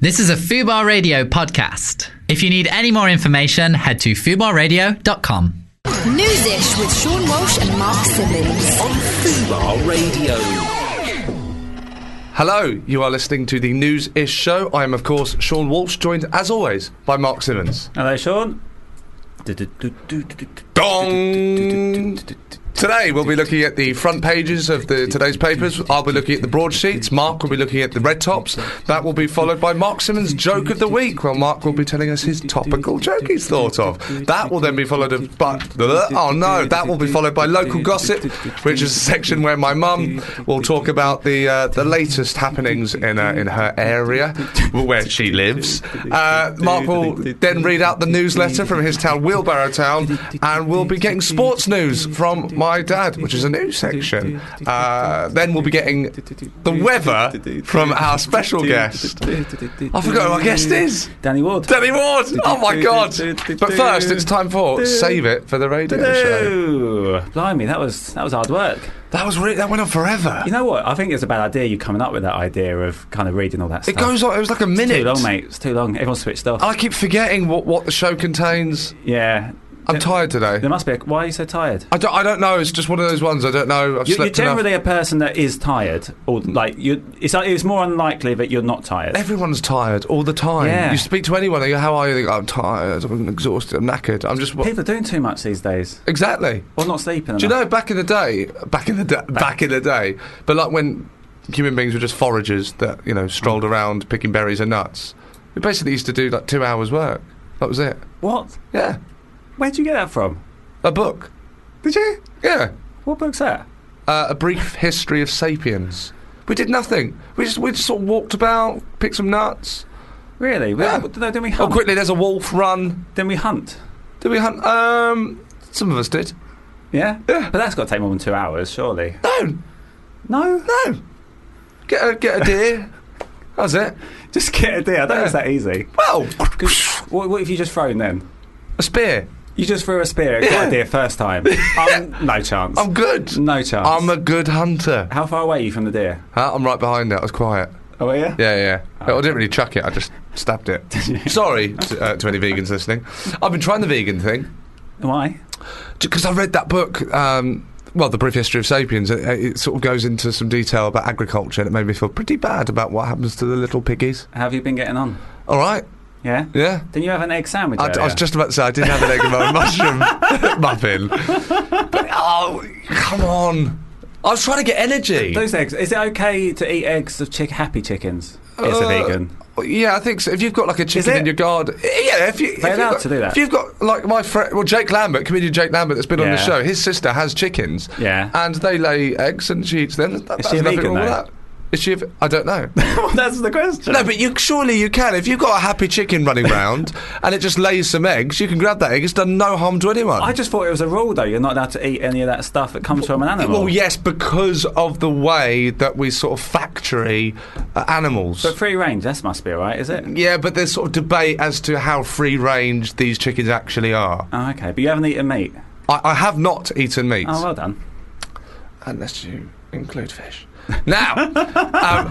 This is a Fubar Radio podcast. If you need any more information, head to fubarradio.com. Newsish with Sean Walsh and Mark Simmons. on Fubar Radio. Hello, you are listening to the News Ish Show. I am, of course, Sean Walsh, joined as always by Mark Simmons. Hello, Sean. Dong! Today we'll be looking at the front pages of the today's papers. I'll be looking at the broadsheets. Mark will be looking at the red tops. That will be followed by Mark Simmons' joke of the week, where Mark will be telling us his topical joke he's thought of. That will then be followed of but oh no, that will be followed by local gossip, which is a section where my mum will talk about the uh, the latest happenings in uh, in her area where she lives. Uh, Mark will then read out the newsletter from his town, Wheelbarrow Town, and we'll be getting sports news from my dad, which is a news section. Uh, then we'll be getting the weather from our special guest. I forgot who our guest is. Danny Ward. Danny Ward! Oh my god! But first, it's time for Save It for the Radio Show. Hello. Blimey, that was that was hard work. That was re- that went on forever. You know what? I think it's a bad idea you coming up with that idea of kind of reading all that It stuff. goes on. It was like a It's too minute. long, mate. It's too long. Everyone's switched off. I keep forgetting what, what the show contains. yeah. I'm tired today. There must be. A, why are you so tired? I don't, I don't know. It's just one of those ones. I don't know. I've You- You're slept enough. generally a person that is tired, or like you. It's it's more unlikely that you're not tired. Everyone's tired all the time. Yeah. You speak to anyone, they go, "How are you?" They go, "I'm tired. I'm exhausted. I'm knackered. I'm just what? People are doing too much these days, exactly." or not sleeping. Do you enough. know back in the day, back in the da- back in the day, but like when human beings were just foragers that you know strolled around picking berries and nuts. We basically used to do like two hours work. That was it. what? Yeah, Where'd you get that from? a book. Did you? Yeah, What book's that? uh, a brief history of sapiens. We did nothing. We just we just sort of walked about, picked some nuts. Really? Yeah. Well, Then we Oh, hunt. quickly, there's a wolf. Run. Then we hunt. Did we hunt? Um, some of us did. Yeah? Yeah. But that's got to take more than two hours, surely. No, No? no. Get a get a deer. That's it. Just get a deer. I don't think it's that easy. Well, 'Cause what, what if you just thrown then? a spear. You just threw a spear at got Yeah. a deer first time. Um, no chance. I'm good. no chance. I'm a good hunter. How far away are you from the deer? Huh? I'm right behind it. I was quiet. Oh, are you? Yeah, yeah. I didn't really chuck it. I just stabbed it. Sorry to, uh, to any vegans listening. I've been trying the vegan thing Why? because I read that book. Um, well, the brief history of sapiens. It, it sort of goes into some detail about agriculture, and it made me feel pretty bad about what happens to the little piggies. How have you been getting on? All right. Yeah? Yeah. Didn't you have an egg sandwich? I, I was earlier? just about to say I didn't have an egg and my mushroom muffin. But oh, come on! I was trying to get energy. Those eggs. Is it okay to eat eggs of chick happy chickens? It's a Uh, vegan. Well, Yeah, I think so. If you've got like a chicken it? in your garden, yeah. If you if They're you've allowed got, to do that. If you've got like my friend, well, Jake Lambert, comedian Jake Lambert, that's been on the Yeah. show. His sister has chickens. Yeah. and they lay eggs, and she eats them. That, Is that's she a nothing vegan, wrong with though? that. Is she? A, v- I don't know. That's the question. no, but you surely you can. If you've got a happy chicken running round and it just lays some eggs, you can grab that egg. It's done no harm to anyone. I just thought it was a rule, though. You're not allowed to eat any of that stuff that comes from an animal. well, yes, because of the way that we sort of factory uh, animals. But free range, that must be alright, is it? yeah, but there's sort of debate as to how free range these chickens actually are. Oh, okay. But you haven't eaten meat. I, I have not eaten meat. Oh, well done. Unless you include fish. Now, um,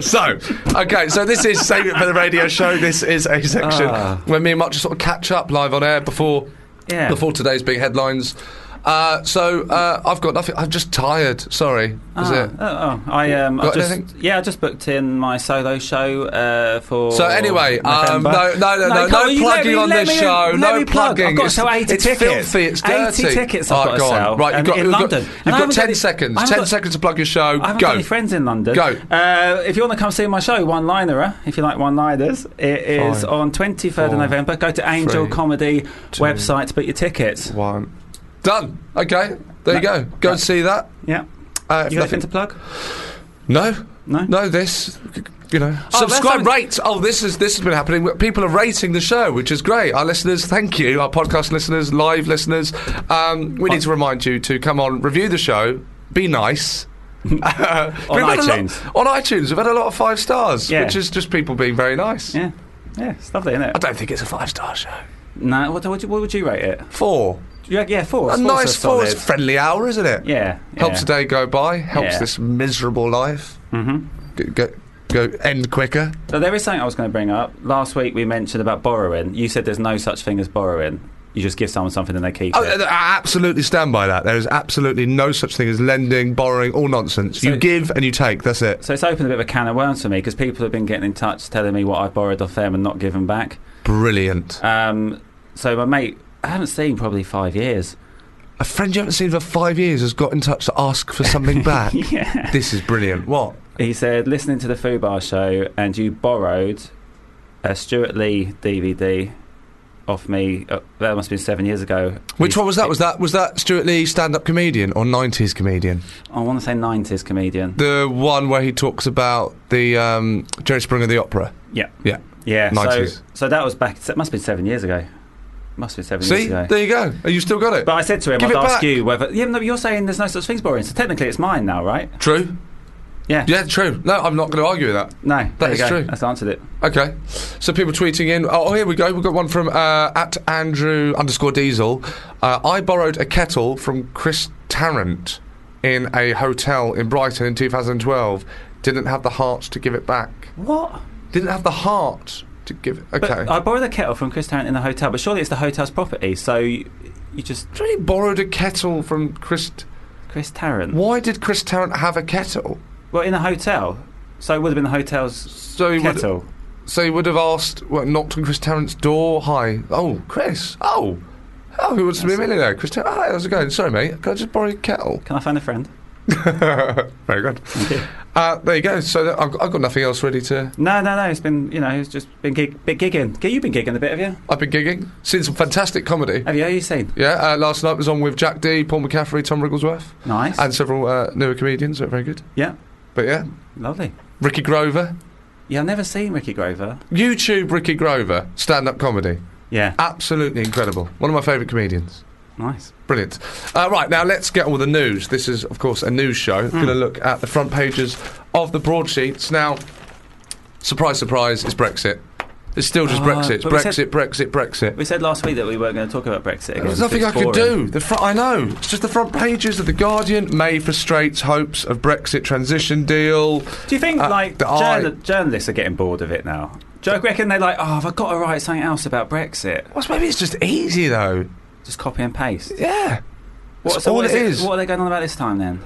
so, okay, so this is Save It for the Radio Show. This is a section Ah. where me and Mark just sort of catch up live on air before, Yeah. before today's big headlines. Uh, so, uh, I've got nothing. I'm just tired. Sorry. Is Ah, it? Oh, oh, I um, I Got just anything? yeah, I just booked in my solo show uh, for. So anyway, um, November. no, no, no, no, come no on, you let plugging me- on let this me- show. let No me plug. plugging. I've got to It's- sell eighty it's tickets. filthy, it's dirty. Eighty tickets. All I've right, got to go on. sell. Right, you've um, got- in you've got- London. And you've I got haven't 10 any- seconds. I haven't 10 got- seconds to plug your show. I haven't Go. got any friends in London. Go. Uh, if you want to come see my show, One Liner, eh, if you like one liners, it is Five, on twenty third of four, November. Go to Angel three, Comedy website to book your tickets. One. Done. Okay. There you No, go. Go no. and see that. Yeah, Uh, if you nothing- got anything to plug? No, No? no. This, you know, Oh, subscribe, that's- rate. Oh, this is this has been happening. People are rating the show, which is great. Our listeners, thank you. Our podcast listeners, live listeners. Um, we need to remind you to come on, review the show, be nice. on iTunes. on iTunes, we've had a lot of five stars, Yeah. which is just people being very nice. Yeah, yeah, it's lovely, isn't it? I don't think it's a five star show. No, what, what, what would you rate it? Four, Yeah, yeah, four. a Four's nice four. solid. It's a friendly hour, isn't it? Yeah, yeah. Helps a day go by. Helps Yeah. this miserable life. Mm-hmm. G- go- go end quicker. Now, there is something I was going to bring up. Last week we mentioned about borrowing. You said there's no such thing as borrowing. You just give someone something and they keep Oh, it. I absolutely stand by that. There is absolutely no such thing as lending, borrowing, all nonsense. you So- give and you take. That's it. So it's opened a bit of a can of worms for me because people have been getting in touch telling me what I've borrowed off them and not given back. Brilliant. Um, so my mate, I haven't seen probably five years. A friend you haven't seen for five years has got in touch to ask for something back. Yeah. This is brilliant. What? He said, listening to the Foo Bar show and you borrowed a Stuart Lee DVD off me. Uh, that must have been seven years ago. Which He- one was that? Was that was that Stuart Lee stand-up comedian or nineties comedian? I want to say 90s comedian. The one where he talks about the um, Jerry Springer the opera. Yeah. Yeah. Yeah. 90s. So, so that was back, it must have been seven years ago. Must have been seven See, years ago. there you go. Oh, You still got it. But I said to him, Give I'd it ask back. you whether. Yeah, no, you're saying there's no such thing as borrowing, so technically it's mine now, right? true. Yeah. Yeah, true. No, I'm not going to argue with that. No, that is you go. true. That's answered it. Okay. So people tweeting in. Oh, here we go. We've got one from uh, at Andrew underscore Diesel. Uh, I borrowed a kettle from Chris Tarrant in a hotel in Brighton in 2012. Didn't have the heart to give it back. What? Didn't have the heart to give it. But Okay. I borrowed the kettle from Chris Tarrant in the hotel, but surely it's the hotel's property, so you, you just really borrowed a kettle from Chris. Chris Tarrant. Why did Chris Tarrant have a kettle? Well, in the hotel, so it would have been the hotel's So he would. kettle. So he would have asked, well, knocked on Chris Tarrant's door. Hi. Oh, Chris. Oh. Oh, who wants to be a millionaire? Chris Tarrant. Hi, how's it going? Sorry, mate. Can I just borrow your kettle? Can I find a friend? Very good. Uh, there you go. So that- I've, got- I've got nothing else ready to. No, no, no. It's been you know, it's just been gig, bit gigging. G- You've been gigging a bit, have you? I've been gigging. Seen some fantastic comedy. Have you? Who you seen? Yeah, uh, last night was on with Jack D, Paul McCaffrey, Tom Rigglesworth, Nice. and several uh, newer comedians. That were very good. yeah, But yeah, lovely. Ricky Grover, Yeah, I've never seen Ricky Grover. YouTube Ricky Grover, stand-up comedy, Yeah, absolutely incredible. One of my favourite comedians. nice. Brilliant. Uh, right, now let's get on with the news. This is, of course, a news show. Hmm. Going to look at the front pages of the broadsheets. Now, surprise, surprise, it's Brexit. It's still just Ah, Brexit. It's but we Brexit, said- Brexit, Brexit. We said last week that we weren't going to talk about Brexit again. There's nothing I because it's could boring. do. The front, I know. It's just the front pages of The Guardian. May frustrates hopes of Brexit transition deal. Do you think Uh, like the eye- journa- journalists are getting bored of it now? Do you reckon they're like, oh, have I got to write something else about Brexit? Well, maybe it's just easy, though. Just copy and paste. Yeah. What, That's so all what it is. What are they going on about this time then?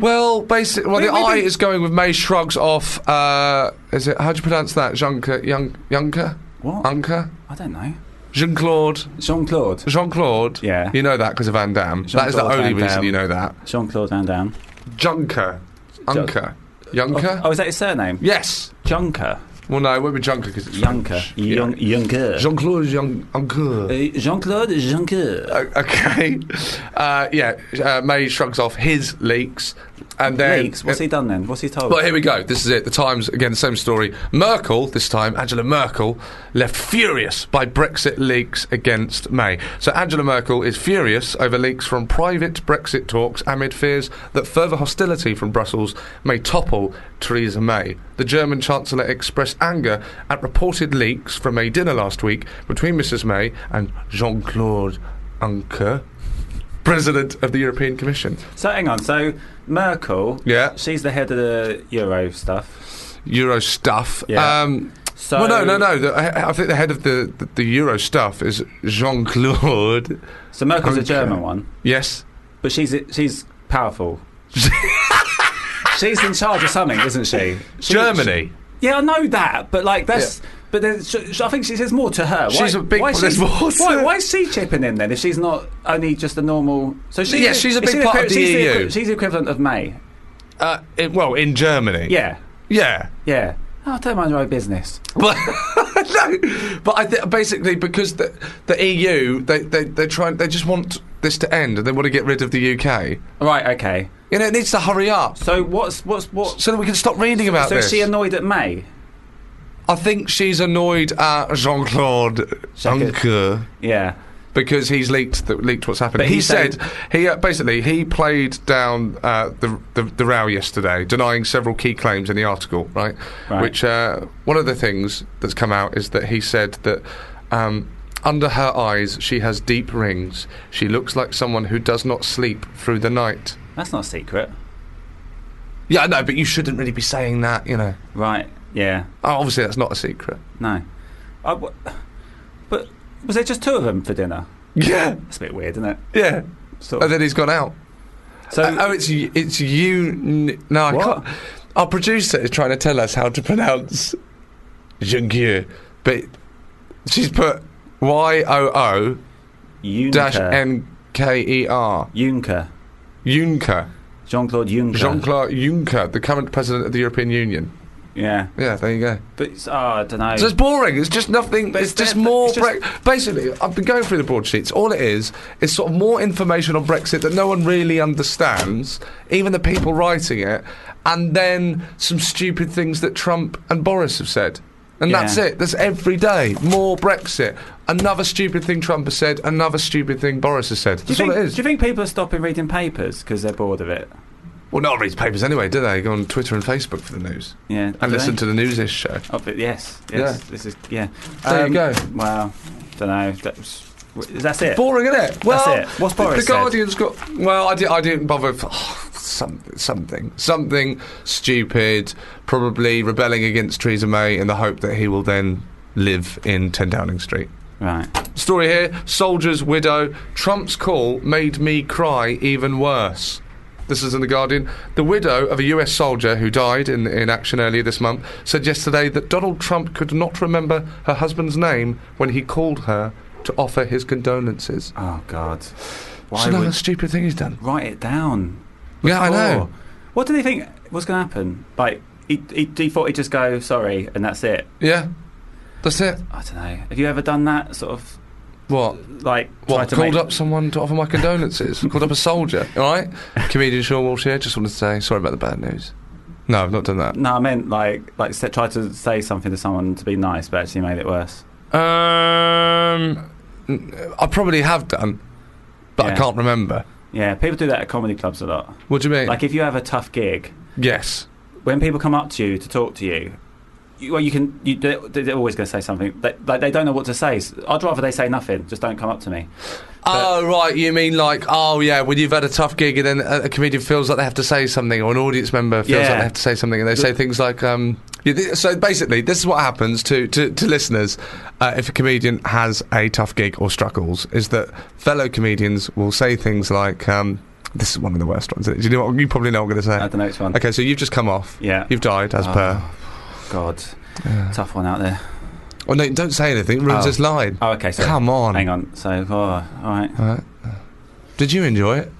Well, basically, well, We- the we've eye been- is going with May shrugs off. Uh, is it how do you pronounce that? Juncker, Young, Juncker, What? Unker, I don't know. Jean Claude, Jean Claude. Jean Claude. Yeah. You know that because of Van Damme. that is the Jean-Claude only Van reason Damme. you know that. Jean Claude Van Damme. Junker. Unker. Junker? Oh, is that his surname? Yes. Junker. Well, no, it won't be Junker because it's Junker. French. Yeah. Jun- Junker. Jean Claude Jun- Unker. Uh, Jean Claude Junker. O- Okay. Uh, yeah, uh, May shrugs off his leaks. And then. Leaks. What's he done then? What's he told? Well, here we go. This is it. The Times, again, the same story. Merkel, this time, Angela Merkel, left furious by Brexit leaks against May. So Angela Merkel is furious over leaks from private Brexit talks amid fears that further hostility from Brussels may topple Theresa May. The German Chancellor expressed anger at reported leaks from a dinner last week between Mrs. May and Jean Claude Juncker. President of the European Commission. So hang on. So Merkel. Yeah. She's the head of the Euro stuff. Euro stuff. Yeah. Um, So well, no, no, no. The, I, I think the head of the, the, the Euro stuff is Jean Claude. So Merkel's a Okay. German one, Yes. but she's she's powerful. she's in charge of something, isn't she? She- Germany. Yeah, I know that, but like that's. But there's, sh- sh- I think she says more to her. Why, She's a big- Why, there's more to- why, why is she chipping in then if she's not only just a normal? So she's Yeah, she's a is she big the part of equiv- the E she's equi- EU. she's the equivalent of May. Uh, it- well, in Germany. Yeah, Yeah. yeah. Oh, don't mind your own business. But no. But I th- basically because the the EU they they they try they just want this to end and they want to get rid of the UK. Right. Okay. You know, it needs to hurry up So what's what's what? so that we can stop reading about So this. is she annoyed at May? I think she's annoyed at Jean Claude Juncker. Yeah. because he's leaked the, leaked what's happening. But He, he said said- he uh, basically he played down uh, the, the the row yesterday, denying several key claims in the article. Right, Right. which uh, one of the things that's come out is that he said that. Um, under her eyes, she has deep rings. She looks like someone who does not sleep through the night. That's not a secret. Yeah, I know, but you shouldn't really be saying that, you know. Right. Yeah. Oh, obviously, that's not a secret. No. I w- but was there just two of them for dinner? Yeah, That's a bit weird, isn't it? yeah. And Sort of. then he's gone out. So Uh, oh, it's y- it's you. n- No, I What? can't. Our producer is trying to tell us how to pronounce Jungier, but she's put Y O O dash Juncker. N K E R. Juncker. Juncker. Jean Claude Juncker. Jean Claude Juncker, the current president of the European Union. Yeah. Yeah, there you go. But it's, oh, I don't know. So it's boring. It's just nothing. But it's it's just there- more. it's just- Bre- basically, I've been going through the broadsheets. All it is is sort of more information on Brexit that no one really understands, even the people writing it, and then some stupid things that Trump and Boris have said. And Yeah. that's it. That's every day. More Brexit. Another stupid thing Trump has said. Another stupid thing Boris has said. do you, That's all think, it is. do you think people are stopping reading papers because they're bored of it? well, not read papers anyway, do they? Go on Twitter and Facebook for the news Yeah. and listen to the news-ish show. Oh, but yes, yes. Yeah. This is yeah. Um, There you go. Wow. Don't know. That's, that's it. Boring, isn't it? Well, That's it. What's The, Boris the said? Guardian's got. Well, I, di- I didn't bother. With, oh, some, something. Something stupid. Probably rebelling against Theresa May in the hope that he will then live in 10 Downing Street. Right. Story here Soldier's widow. Trump's call made me cry even worse. This is in The Guardian. The widow of a US soldier who died in, in action earlier this month said yesterday that Donald Trump could not remember her husband's name when he called her to offer his condolences. Oh God. Why It's another would stupid thing he's done. write it down? Yeah, I know. Oh. What do they think was going to happen? Like he, he, he thought he'd just go sorry and that's it. Yeah, that's it. I don't know. Have you ever done that sort of What? like try What? to Called make- up someone to offer my condolences. called up a soldier. All right. Comedian Sean Walsh here. Just wanted to say sorry about the bad news. No, I've not done that. No, I meant like like se- try to say something to someone to be nice, but actually made it worse. Um, n- I probably have done, but I Yeah. can't remember. Yeah, people do that at comedy clubs a lot. What do you mean? Like if you have a tough gig, yes. when people come up to you to talk to you, you well, you can. You, they- they're always going to say something. They, like they don't know what to say. S- I'd rather they say nothing. Just don't come up to me. Oh right, you mean like oh yeah, when you've had a tough gig and then a, a comedian feels like they have to say something, or an audience member feels like Yeah. they have to say something, and they say things like um. yeah, th- So basically, this is what happens to to, to listeners uh, if a comedian has a tough gig or struggles is that fellow comedians will say things like um. This is one of the worst ones. Isn't it? Do you know what? You probably know what I'm going to At say. the next one. Okay, so you've just come off. Yeah. You've died, as Oh. per. God, tough one out there. Oh no! Don't say anything. It ruins Oh. this line. Oh, okay. Sorry. Come on. Uh, Hang on. So, oh, all right. All right. Did you enjoy it?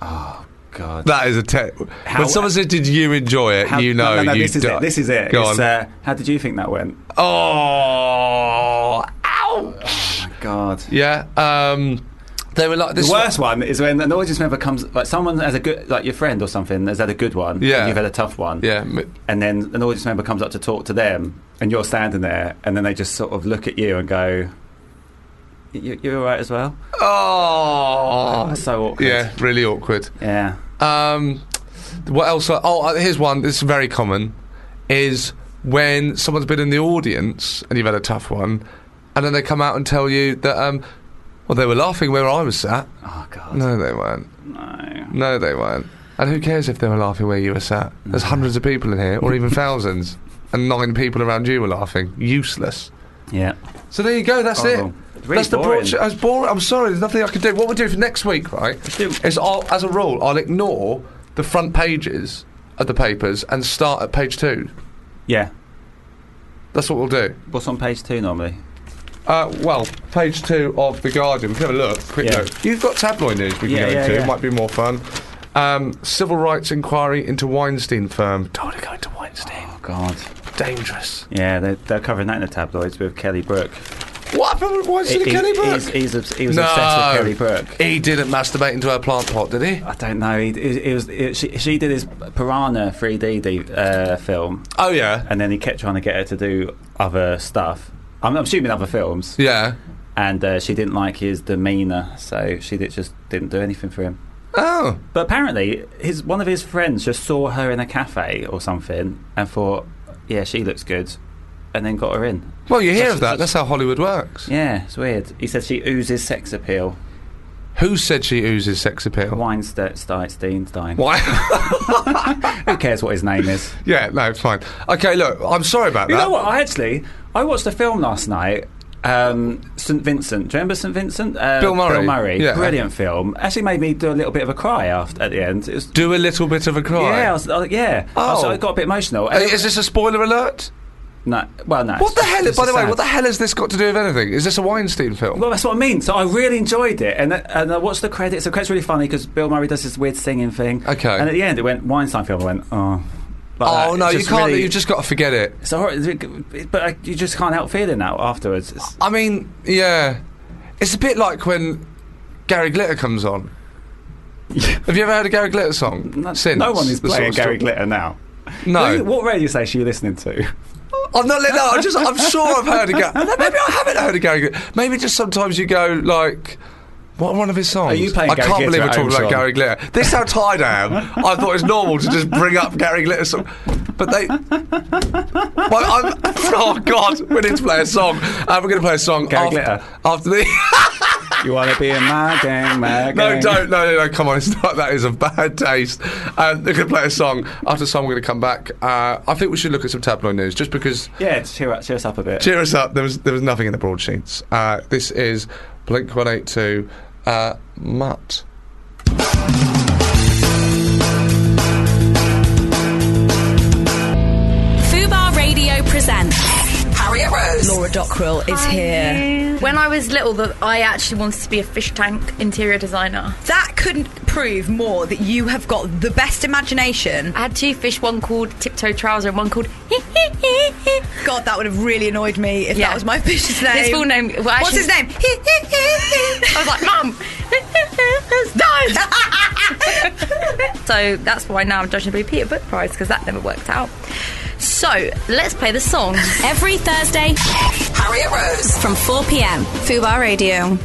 God. That is a te- How- when someone says, "Did you enjoy it?" How- you know no, no, no, you this is di- it. This is it. Go It's, on. uh, how did you think that went? oh, ouch! My God. Yeah. Um, they were like this. the worst one is when an audience member comes, like someone has a good, like your friend or something has had a good one. Yeah. and You've had a tough one. Yeah. m- and then an audience member comes up to talk to them, and you're standing there, and then they just sort of look at you and go, "You- "You're all right as well." Oh. That's so awkward. Yeah. Really awkward. yeah. Um, what else? Oh, uh, here's one. This is very common. Is when someone's been in the audience and you've had a tough one, and then they come out and tell you that, um, well, they were laughing where I was sat. Oh God. No. No, they weren't. No, they weren't. And who cares if they were laughing where you were sat? There's hundreds of people in here, or even thousands, and nine people around you were laughing. Useless. Yeah. So there you go. That's Horrible. it. It's really that's boring. the broadsheet. I was boring. I'm sorry. There's nothing I can do. What we'll do for next week, right? do- Is I'll, as a rule, I'll ignore the front pages of the papers and start at page two. Yeah. That's what we'll do. What's on page two normally? Uh, well, page two of The Guardian. We can have a look. Quick Yeah. look. You've got tabloid news we can Yeah, go yeah, into. yeah. It might be more fun. Um, civil rights inquiry into Weinstein firm. Don't want to go into Weinstein. Oh God. Dangerous. Yeah, they're, they're covering that in the tabloids with Kelly Brook. What happened with Weinstein and Kelly Brook? He's, he's obs- he was No. obsessed with Kelly Brook. He didn't masturbate into her plant pot, did he? I don't know. He, it, it was it, she, she did his Piranha 3D uh, film, Oh, yeah. and then he kept trying to get her to do other stuff. I'm, I'm assuming other films, Yeah. and uh, she didn't like his demeanour, so she did, just didn't do anything for him. Oh. But apparently, his one of his friends just saw her in a cafe or something, and thought, "Yeah, she looks good," and then got her in. Well, you hear That's- of that. That's that's- how Hollywood works. Yeah, it's weird. He said she oozes sex appeal. Who said she oozes sex appeal? Weinstein. Why? Who cares what his name is? yeah, no, it's fine. Okay, look, I'm sorry about You that. know what? I actually I watched a film last night. Um, St Vincent. Do you remember St Vincent? Uh, Bill Murray. Bill Murray. Yeah. Brilliant film. Actually made me do a little bit of a cry after, at the end. It was. Do a little bit of a cry. Yeah, I was, I was- yeah. I, was- Oh. I got a bit emotional. Uh, Is this a spoiler alert? no, well, no. What the hell? It's By the just way, sad. what the hell has this got to do with anything? Is this a Weinstein film? Well, that's what I mean. So I really enjoyed it, and and I watched the credits. The credits were really funny because Bill Murray does this weird singing thing. Okay. And at the end, it went Weinstein film. I went, oh. like that. oh It's no, you just can't. really- You've just got to forget it. It's a horror, but uh, you just can't help feeling that afterwards. It's- I mean, yeah, it's a bit like when Gary Glitter comes on. Have you ever heard a Gary Glitter song? no, Since no one is the playing sort Gary of Glitter now. stu- No, Who- what radio station are you listening to? I'm not. letting- No, I'm just. I'm sure I've heard a Gary. Maybe I haven't heard a Gary Glitter. Maybe just sometimes you go like. What one of his songs? Are you playing I Gary can't Glitter believe we're at talking home, about Sean? Gary Glitter. This is how tired I am. I thought it's normal to just bring up Gary Glitter song, but they. Well, I'm, oh God, we need to play a song. Uh, we're going to play a song Gary after, Glitter. after the. You want to be in my gang, my No, gang. don't. No, no, no. Come on. It's not, that is of bad taste. Uh, they're going to play a song. After the song, we're going to come back. Uh, I think we should look at some tabloid news just because. Yeah, cheer, up, cheer us up a bit. Cheer us up. There was, there was nothing in the broadsheets. Uh, this is Blink 182 uh, Mutt. Fubar Radio presents Harriet Rose. Laura Dockrell is here. When I was little, that I actually wanted to be a fish tank interior designer. That couldn't prove more that you have got the best imagination. I had two fish, one called Tiptoe Trouser and one called. God, that would have really annoyed me if Yeah. that was my fish's name. His full name- well, What's actually- his name? I was like, Mum, no. so that's why now I'm judging the Blue Peter Book Prize because that never worked out. So let's play the song. Every Thursday, Harriet Rose from 4 p.m. Fubar Radio.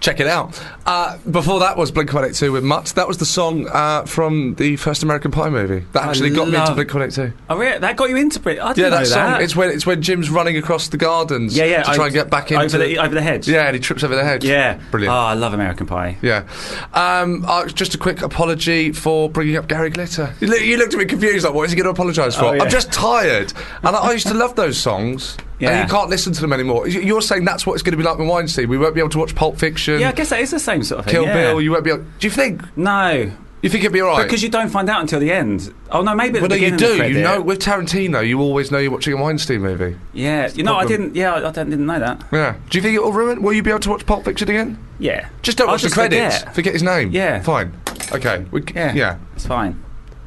Check it out. Uh, before that was Blink 182 with Mutt. That was the song uh, from the first American Pie movie that actually got me into love- Blink 182. Oh, really? That got you into it. I didn't Yeah, know that song. that. It's when it's when Jim's running across the gardens yeah, yeah. to try and get back into over the, over the hedge. Yeah, and he trips over the hedge. yeah. Brilliant. Oh, I love American Pie. Yeah. Um, uh, just a quick apology for bringing up Gary Glitter. You, look, you looked at me confused, like, what is he going to apologise for? Oh, yeah. I'm just tired. And I, I used to love those songs. Yeah. And you can't listen to them anymore. You- You're saying that's what it's going to be like with Weinstein. We won't be able to watch Pulp Fiction, Yeah, I guess that is the same sort of thing. Kill yeah. Bill. You won't be able. Do you think? No, You think it'd be alright? because you don't find out until the end. Oh no, maybe at well, the no, you beginning. of the do. You credit. know, with Tarantino, you always know you're watching a Weinstein movie. Yeah, you know, I problem. didn't. Yeah, I, I didn't know that. Yeah. Do you think it'll ruin? Will you be able to watch Pulp Fiction again? Yeah, Just don't I'll watch just the credits. forget. his name. Yeah. Fine. Okay. We, c- Yeah. yeah. it's fine.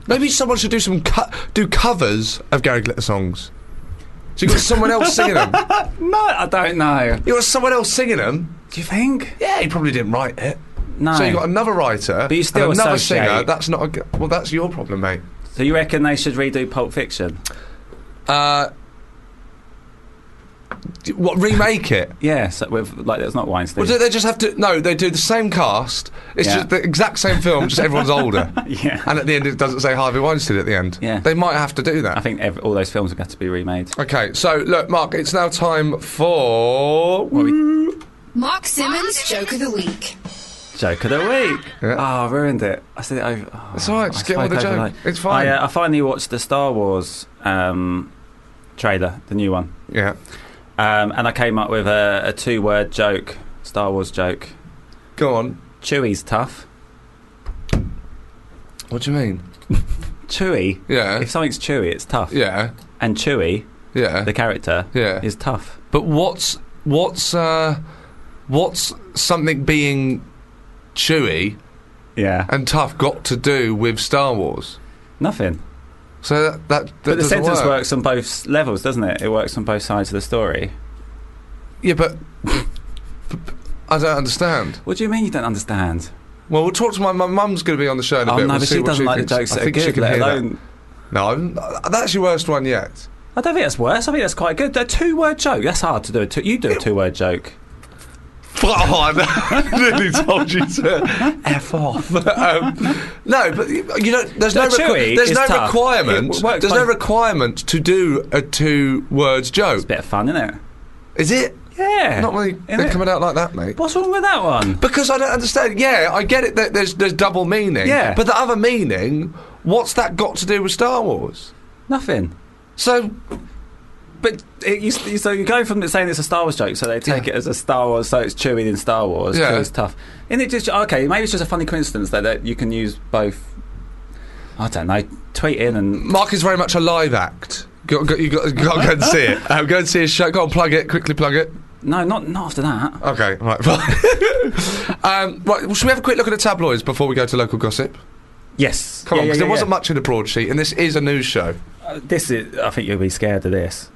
Maybe someone should do some co- do covers of Gary Glitter songs. So you got someone else singing them. No, I don't know. You got someone else singing them. Do you think? Yeah, he probably didn't write it. No. So you got another writer, But you still and another associate. singer. That's not a g- well. That's your problem, mate. so you reckon they should redo Pulp Fiction? Uh, d- what remake it? Yeah, so with like that's not Weinstein. Well, do they just have to? No, they do the same cast. It's Yeah. just the exact same film, just everyone's older. yeah, And at the end, it doesn't say Harvey Weinstein at the end. Yeah. They might have to do that. I think ev all those films are going to be remade. Okay, so look, Mark, it's now time for. Mark Simmons' joke of the week. Joke of the week. Yeah. Oh, I ruined it. I said it over. oh, It's all right, just I get on with the spoke joke. overnight. It's fine. I, uh, I finally watched the Star Wars um, trailer, the new one, Yeah. um, and I came up with a, a two-word joke, Star Wars joke. Go on. Chewie's tough. What do you mean? Chewie. Yeah. If something's chewy, it's tough. Yeah. And Chewie, Yeah. the character, Yeah. is tough. But what's what's uh what's something being chewy Yeah. and tough got to do with Star Wars? Nothing. So that that, that but the doesn't sentence work. works on both s- levels, doesn't it? It works on both sides of the story. Yeah, but I don't understand. What do you mean you don't understand? Well, we'll talk to my my mum's going to be on the show in a oh bit. no, we'll but see she what doesn't like the thinks. jokes that I are think she good, can let hear that. alone. No, I'm- that's your worst one yet. I don't think that's worse. I think that's quite good. A two-word joke. That's hard to do. A two- you do a two-word joke. Well, I nearly told you to f off. um, no, but you you know, there's no, No, Chewy there's is no tough. requirement. It works There's by- no requirement to do a two words It's a joke, bit of fun, isn't it? is it? Yeah. Not really. Isn't They're it? coming out like that, mate. What's wrong with that one? Because I don't understand. Yeah, I get it that there's there's double meaning. Yeah. But the other meaning, what's that got to do with Star Wars? Nothing. So But it, you, you- so you go from saying it's a Star Wars joke, so they take Yeah. it as a Star Wars, so it's Chewie in Star Wars. Yeah. Yeah, it's tough. And it just okay, maybe it's just a funny coincidence that, that you can use both. I don't know. Tweet in and Mark is very much a live act. Go, go, you got, go, go and see it. Um, go and see his show. Go and plug it quickly. Plug it. no, not not after that. Okay, right. um, right. Well, should we have a quick look at the tabloids before we go to local gossip? Yes, Come Yeah, on, yeah, because yeah, there wasn't yeah. much in the broadsheet, and this is a news show. Uh, this is. I think you'll be scared of this.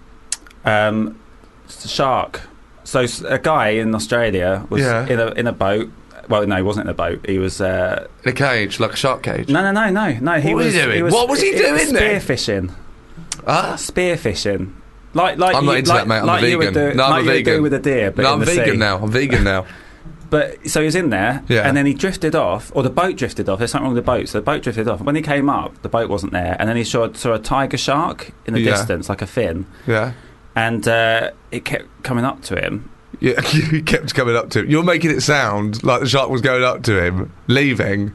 Um, s- shark. So s- a guy in Australia was Yeah. in a in a boat. Well, no, he wasn't in a boat. He was. Uh, In a cage, like a shark cage. no, no, no, no, no. He What was he doing? What was he doing then? Spearfishing. Ah, Spearfishing. Like, like I'm not you, into like, that, mate. I'm a like you vegan. Would do, No, I'm a like you would do vegan. with a deer, but no, in I'm the vegan sea. now. I'm vegan now. But so he was in there, Yeah. and then he drifted off, or the boat drifted off. There's something wrong with the boat, so the boat drifted off. When he came up, the boat wasn't there, and then he saw, saw a tiger shark in the Yeah. distance, like a fin, Yeah. and uh, it kept coming up to him. Yeah, you kept coming up to him. You're making it sound like the shark was going up to him, leaving,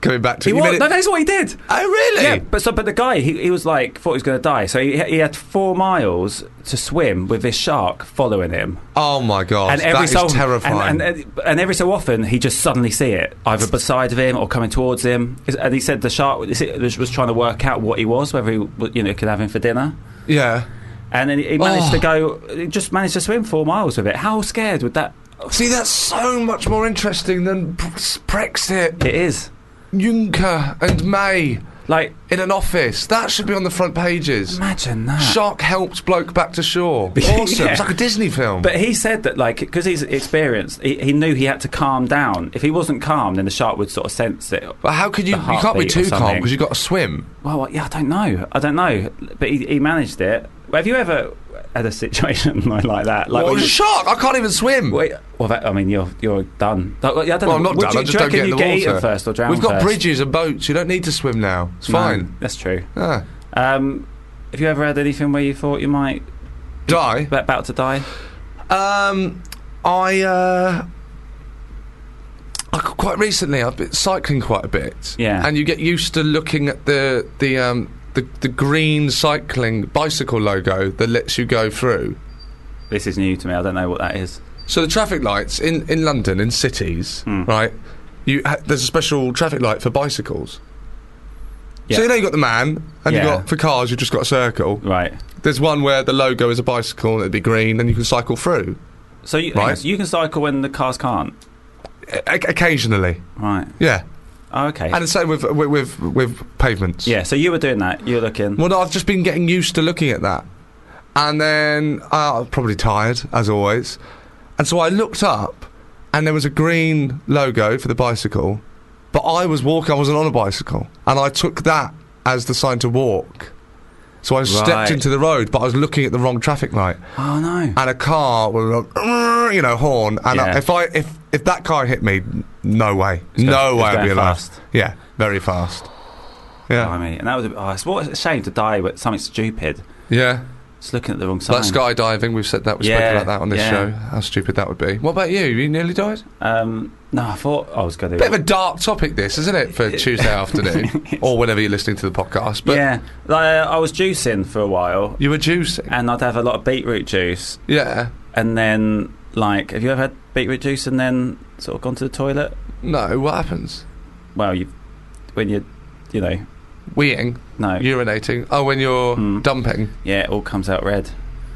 coming back to He him. You was, made it- no, that's what he did. Oh, really? Yeah, but so but the guy he, he was like thought he was going to die, so he, he had four miles to swim with this shark following him. Oh my god, and every that is so terrifying. And, and, and every so often, he just suddenly see it either beside of him or coming towards him. Is- And he said the shark was was trying to work out what he was, whether he w- you know could have him for dinner. yeah. And then he managed Oh. to go, he just managed to swim four miles with it. How scared would that? See, that's so much more interesting than Bre- Brexit, It is Juncker, and May like in an office. That should be on the front pages. imagine that. Shark helps bloke back to shore. Yeah. Awesome. It's like a Disney film. But he said that, like, because he's experienced, he, he knew he had to calm down. If he wasn't calm, then the shark would sort of sense it. But how could you? The You can't be heartbeat or too calm something. because you've got to swim. Well, yeah, I don't know. I don't know. But he, he managed it. Have you ever had a situation like like that? Like, Well, when you- shark! I can't even swim. Wait, well, that, I mean, you're you're done. Like, well, yeah, I don't Well, I'm know. not Would done. You, I just do you don't reckon get in you the get water. eaten first or drown We've got first? bridges and boats. You don't need to swim now. It's No, fine. that's true. Ah. Um, have you ever had anything where you thought you might Die. be about to die? Um, I, uh, I c- quite recently I've been cycling quite a bit. Yeah. and you get used to looking at the the um the, the green cycling bicycle logo that lets you go through. This is new to me. I don't know what that is. So the traffic lights in in London in cities, Mm. right? You ha- there's a special traffic light for bicycles. So Yeah. you know you got the man, and you Yeah. got for cars you've just got a circle. Right. There's one where the logo is a bicycle and it'd be green, and you can cycle through. So you, Right. so you can cycle when the cars can't. O- o- occasionally, Right. yeah. Oh, okay. And the same with with with, with pavements. yeah. So you were doing that. You were looking. Well, no, I've just been getting used to looking at that, and then uh, probably tired as always, and so I looked up, and there was a green logo for the bicycle, but I was walking. I wasn't on a bicycle, and I took that as the sign to walk. So I stepped Right. into the road, but I was looking at the wrong traffic light, Oh no. and a car with a you know horn, and I- Yeah. if I if if that car hit me, n- no way, no going- way it's I'd be going alive. fast. Yeah, very fast. I Yeah, mean, and that was a, oh, it's, what a shame to die with something stupid. yeah. Just looking at the wrong sign. Like skydiving, we've said that, we've spoken Yeah, about that on this yeah. show. How stupid that would be. What about you? You nearly died? Um, no, I thought I was going to. Bit of a dark topic, this, isn't it, for Tuesday afternoon or whenever you're listening to the podcast? But yeah, like, uh, I was juicing for a while, you were juicing. and I'd have a lot of beetroot juice, Yeah. and then like, have you ever had beetroot juice and then sort of gone to the toilet? No, what happens? Well, you when you, you know, Weeing, no, urinating. Oh, when you're Mm. dumping. yeah, it all comes out red.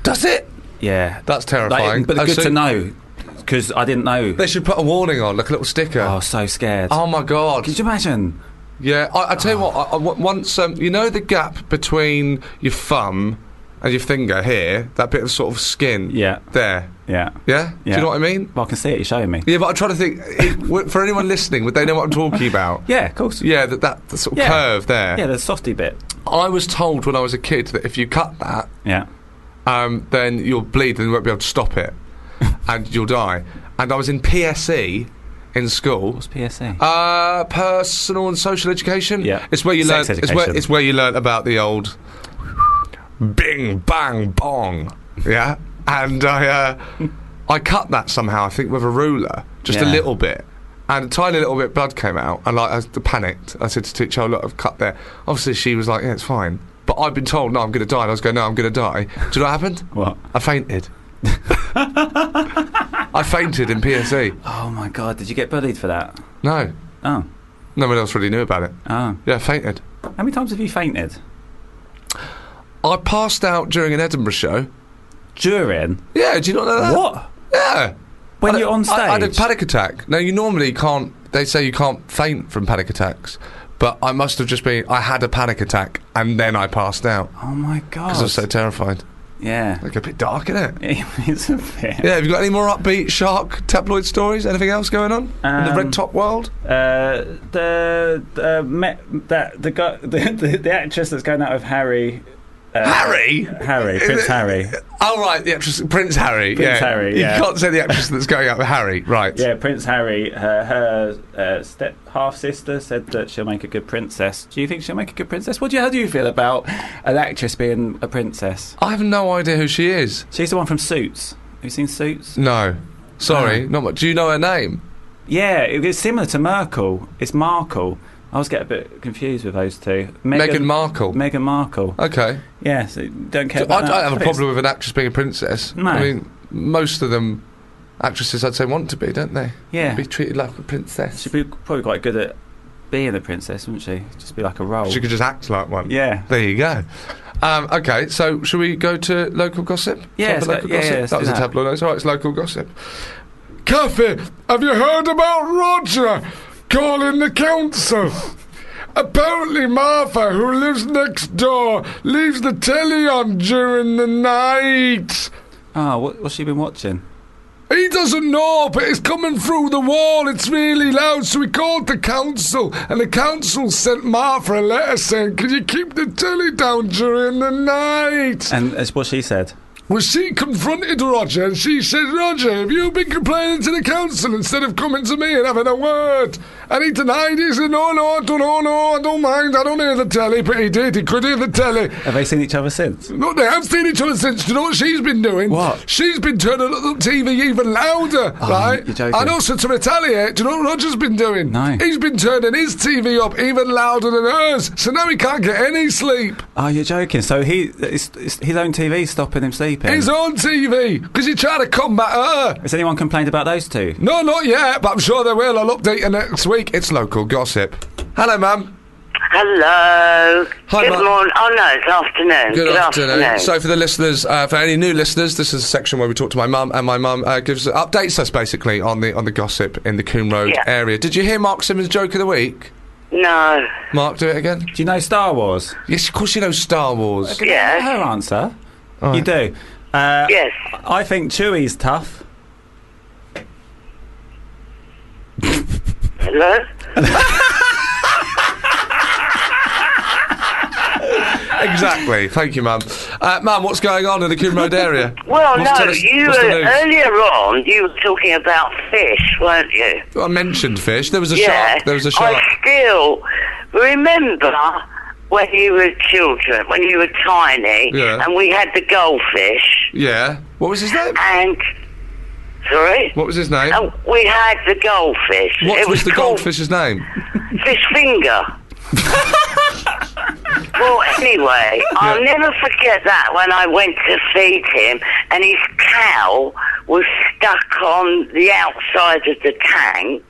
Does it? Yeah, That's terrifying. like, but Oh, good so to know because I didn't know. They should put a warning on, like a little sticker. I Oh, was so scared. my God. Could you Oh. imagine? Yeah, I, I tell you what, I, I w- once, um, you know the gap between your thumb and your finger here? That bit of sort of skin Yeah, there. yeah. Yeah? Do Yeah. you know what I mean? Well, I can see it. You're showing me. Yeah, but I'm trying to think. it- w- For anyone listening, would they know what I'm talking about? Yeah, of course. Yeah, that, that, that sort of Yeah. curve there. yeah, the softy bit. I was told when I was a kid that if you cut that, Yeah. um, then you'll bleed and you won't be able to stop it, and you'll die. And I was in PSE in school. What's PSA? Uh, personal and social education. Yeah. it's where you learn. Sex It's where, education. it's where you learn about the old Bing Bang Bong. Yeah, and I. Uh, I cut that somehow. I think with a ruler, just a Yeah. little bit, and a tiny little bit of blood came out. And like I was panicked. I said to Titch, "Oh look, I've cut there." Obviously, she was like, "Yeah, it's fine." But I've been told, "No, I'm going to die." And I was going, "No, I'm going to die." Do you know what happened? What? I fainted. I fainted in PSE. Oh my god! Did you get bullied for that? No, Oh, no one else really knew about it. oh. Yeah, I fainted. How many times have you fainted I passed out during an Edinburgh show. during Yeah, do you not know that? what? Yeah. When I- you're on stage? I, I had a panic attack. Now you normally can't. They say you can't faint from panic attacks, but I must have just been. I had a panic attack and then I passed out Oh my because I god! was so terrified. yeah, Like a bit dark, isn't it? it's a bit. Yeah. Have you got any more upbeat shark tabloid stories? Anything else going on in the Um, red top world? Uh, the the uh, me- that the, guy, the the the actress that's going out with Harry. Uh, Harry. Harry, Prince Harry. Oh right, the actress Prince Harry. Prince yeah. Harry, yeah. You can't say the actress that's going out with Harry, right? Yeah, Prince Harry. Her, her uh, step half sister said that she'll make a good princess. Do you think she'll make a good princess? What do you, how do you feel about an actress being a princess? I have no idea who she is. She's the one from Suits. Have you seen Suits? No. Sorry, Oh. not much. Do you know her name? Yeah, it- it's similar to Merkel. It's Markle. I always get a bit confused with those two. Meghan Markle. Meghan Markle. okay. Yeah, so don't care. So I about don't that. have a But uh, problem with an actress being a princess. No. I mean, most of them, actresses, I'd say, want to be, don't they? it's- Yeah, Be treated like a princess. she'd be probably quite good at being a princess, wouldn't she? Just be like a role. She could just act like one. yeah, There you go. Um, okay, so should we go to local gossip? Time Yeah, for let's go- local yeah, gossip? yeah, let's that do was that. a tabloid. That's all right. It's local gossip. Kathy, have you heard about Roger calling the council? Apparently, Martha, who lives next door, leaves the telly on during the night. Oh, what, what's she been watching? He doesn't know, but it's coming through the wall. It's really loud. So we called the council, and the council sent Martha a letter saying, Can you keep the telly down during the night? And that's what she said. Well, she confronted Roger, and she said, Roger, have you been complaining to the council instead of coming to me and having a word? And he denied it. He said, No, no, I don't know, no, I don't mind. I don't hear the telly. But he did. He could hear the telly. Have they seen each other since? No, they have seen each other since. Do you know what she's been doing? What? Oh, She's been turning up the TV even louder, right? you're joking. And also to retaliate, do you know what Roger's been doing? No. He's been turning his TV up even louder than hers, so now he can't get any sleep. Oh, you're joking. So he, it's, it's his own TV stopping him sleeping. He's on TV because he tried to combat her. Has anyone complained about those two? No, not yet, but I'm sure they will. I'll update you next week. It's local gossip. Hello, ma'am. Hello. Hi, Good Ma- morning. Oh no, it's afternoon. Good, afternoon. So, for the listeners, uh, for any new listeners, this is a section where we talk to my mum, and my mum uh, gives updates us basically on the on the gossip in the Coombe Road Yeah. area. Did you hear Mark Simmons' joke of the week? no. Mark, do it again. Do you know Star Wars? Yes, of course you know Star Wars. Yes. Her answer. You do. Uh, Yes. I think Chewie's tough. Hello. exactly. Thank you, mum. Uh, mum, what's going on in the Coombe Road area? Well, What's- no. tell us- you what's the were, news? earlier on you were talking about fish, weren't you? I mentioned fish. There was a yeah. shark. There was a shark. I still remember when you were children, when you were tiny, Yeah. and we had the goldfish, Yeah. What was his name? and sorry. What was his name? And we had the goldfish. What Oh, it was, was, the called goldfish's name? Fish finger. well, anyway, I'll Yeah. never forget that when I went to feed him and his cow was stuck on the outside of the tank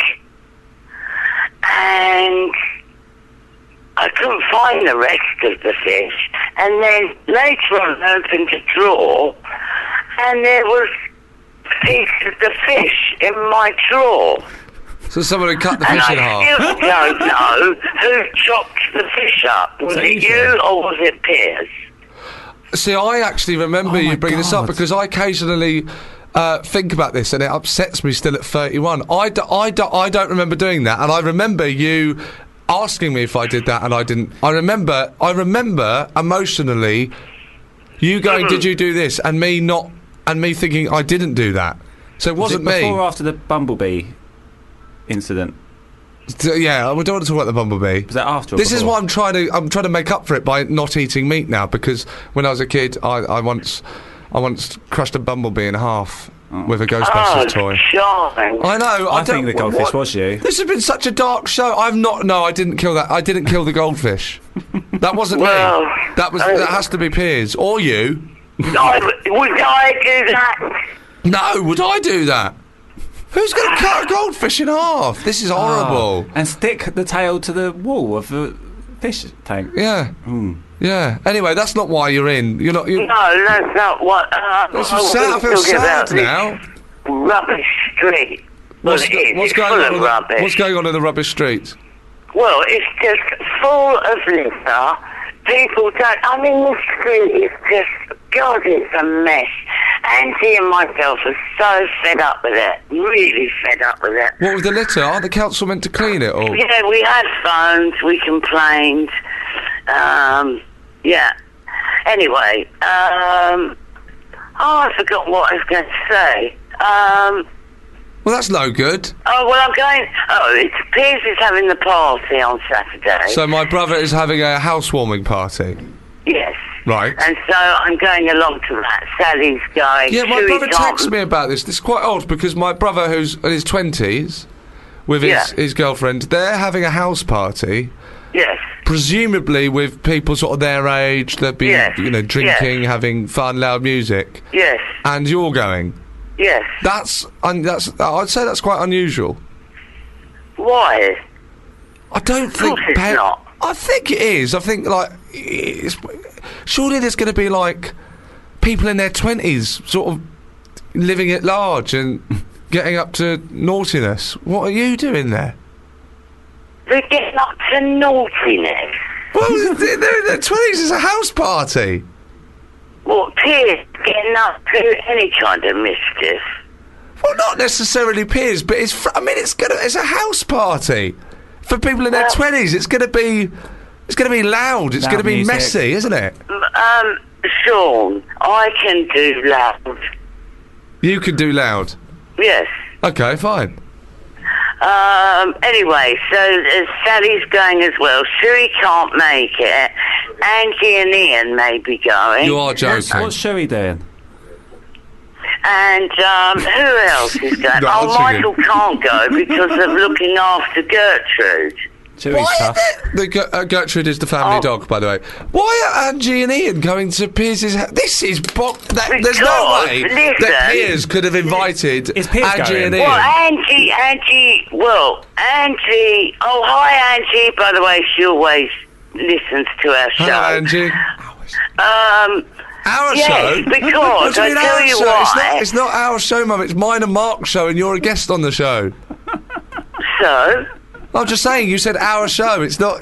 and I couldn't find the rest of the fish. And then later on I opened a drawer and there was a piece of the fish in my drawer. So someone had cut the And fish in I half. still don't know who chopped the fish up. Was that it you, you or was it Piers? See, I actually remember Oh my you bringing this up God. because I occasionally uh, think about this and it upsets me still at 31. I, d- I, d- I don't remember doing that, and I remember you asking me if I did that, and I didn't. I remember, I remember emotionally you going, "Did you do this?" and me not, and me thinking I didn't do that. So it Was it wasn't before me. or after the bumblebee incident? So, yeah, we don't want to talk about the bumblebee. Was that after? Or This is before? why I'm trying to I'm trying to make up for it by not eating meat now because when I was a kid I, I once I once crushed a bumblebee in half with a Ghostbusters Oh, toy. John. I know. I, I think don't- the goldfish what- was you. This has been such a dark show. I've not. No, I didn't kill that. I didn't kill the goldfish. That wasn't Well, me. That was. I- that has to be Piers or you. I, would I do that? No, would I do that? Who's going to cut a goldfish in half? This is horrible. Ah. And stick the tail to the wall of the fish tank. Yeah. Hmm. Yeah. Anyway, that's not why you're in. You're not. You, No, that's not what. Uh, That's I just sad. I was feel talking sad about this now. Rubbish street. Well, What's, it is. what's it's going full on of in the, rubbish. what's going on in the rubbish streets? Well, it's just full of litter. People don't. I mean, the street is just God, it's a mess. Andy and myself are so fed up with it. Really fed up with it. What with the litter? Aren't the council meant to clean it all? Yeah, we had phones, we complained. Um, yeah. Anyway, um, oh, I forgot what I was going to say. Um, Well, that's no good. oh, well, I'm going. Oh, it's Piers is having the party on Saturday. So my brother is having a housewarming party. yes. Right. And so I'm going along to that. Sally's going. Yeah, my Chewy's brother texted on. me about this. This is quite odd because my brother, who's in his twenties, with his, Yeah. his girlfriend, they're having a house party, Yes. presumably with people sort of their age. They'd be, Yes. you know, drinking, having fun, loud music, Yes. and you're going. Yes. That's un- that's I'd say that's quite unusual. Why? I don't think. course it's not. I think it is. I think like it's, surely there's going to be like people in their twenties sort of living at large and getting up to naughtiness. What are you doing there? They're getting up to naughtiness. Well, they're they're in their twenties. It's a house party. Well, Piers getting up to any kind of mischief. Well, not necessarily peers, but it's. Fr- I mean, it's gonna. It's a house party for people in their Well- twenties. It's gonna be. It's gonna be loud. It's Loud gonna be music. messy, isn't it? Um, Sean, I can do loud. You can do loud. Yes. Okay, fine. Um, anyway, so uh, Sally's going as well. Sherry can't make it. Angie and Ian may be going. You are joking. What's, what's Sherry doing? And um, who else is going? No, oh, I'll sing Michael can't go because of looking after Gertrude. Sherry's tough. The Ger- uh, Gertrude is the family Oh. dog, by the way. Why are Angie and Ian going to Piers' house? This is bo- that, There's no Because, way that listen- Piers could have invited Is Piers Angie going? and Ian. Well, Well, Angie, Angie, well, Angie. Oh, hi, Angie. By the way, she always listens to our show. Hello, Angie. Um, Our Yes, show. because What do I mean tell our you show? It's why. not, it's not our show, Mum. It's mine and Mark's show, and you're a guest on the show. so I'm just saying. You said our show. It's not.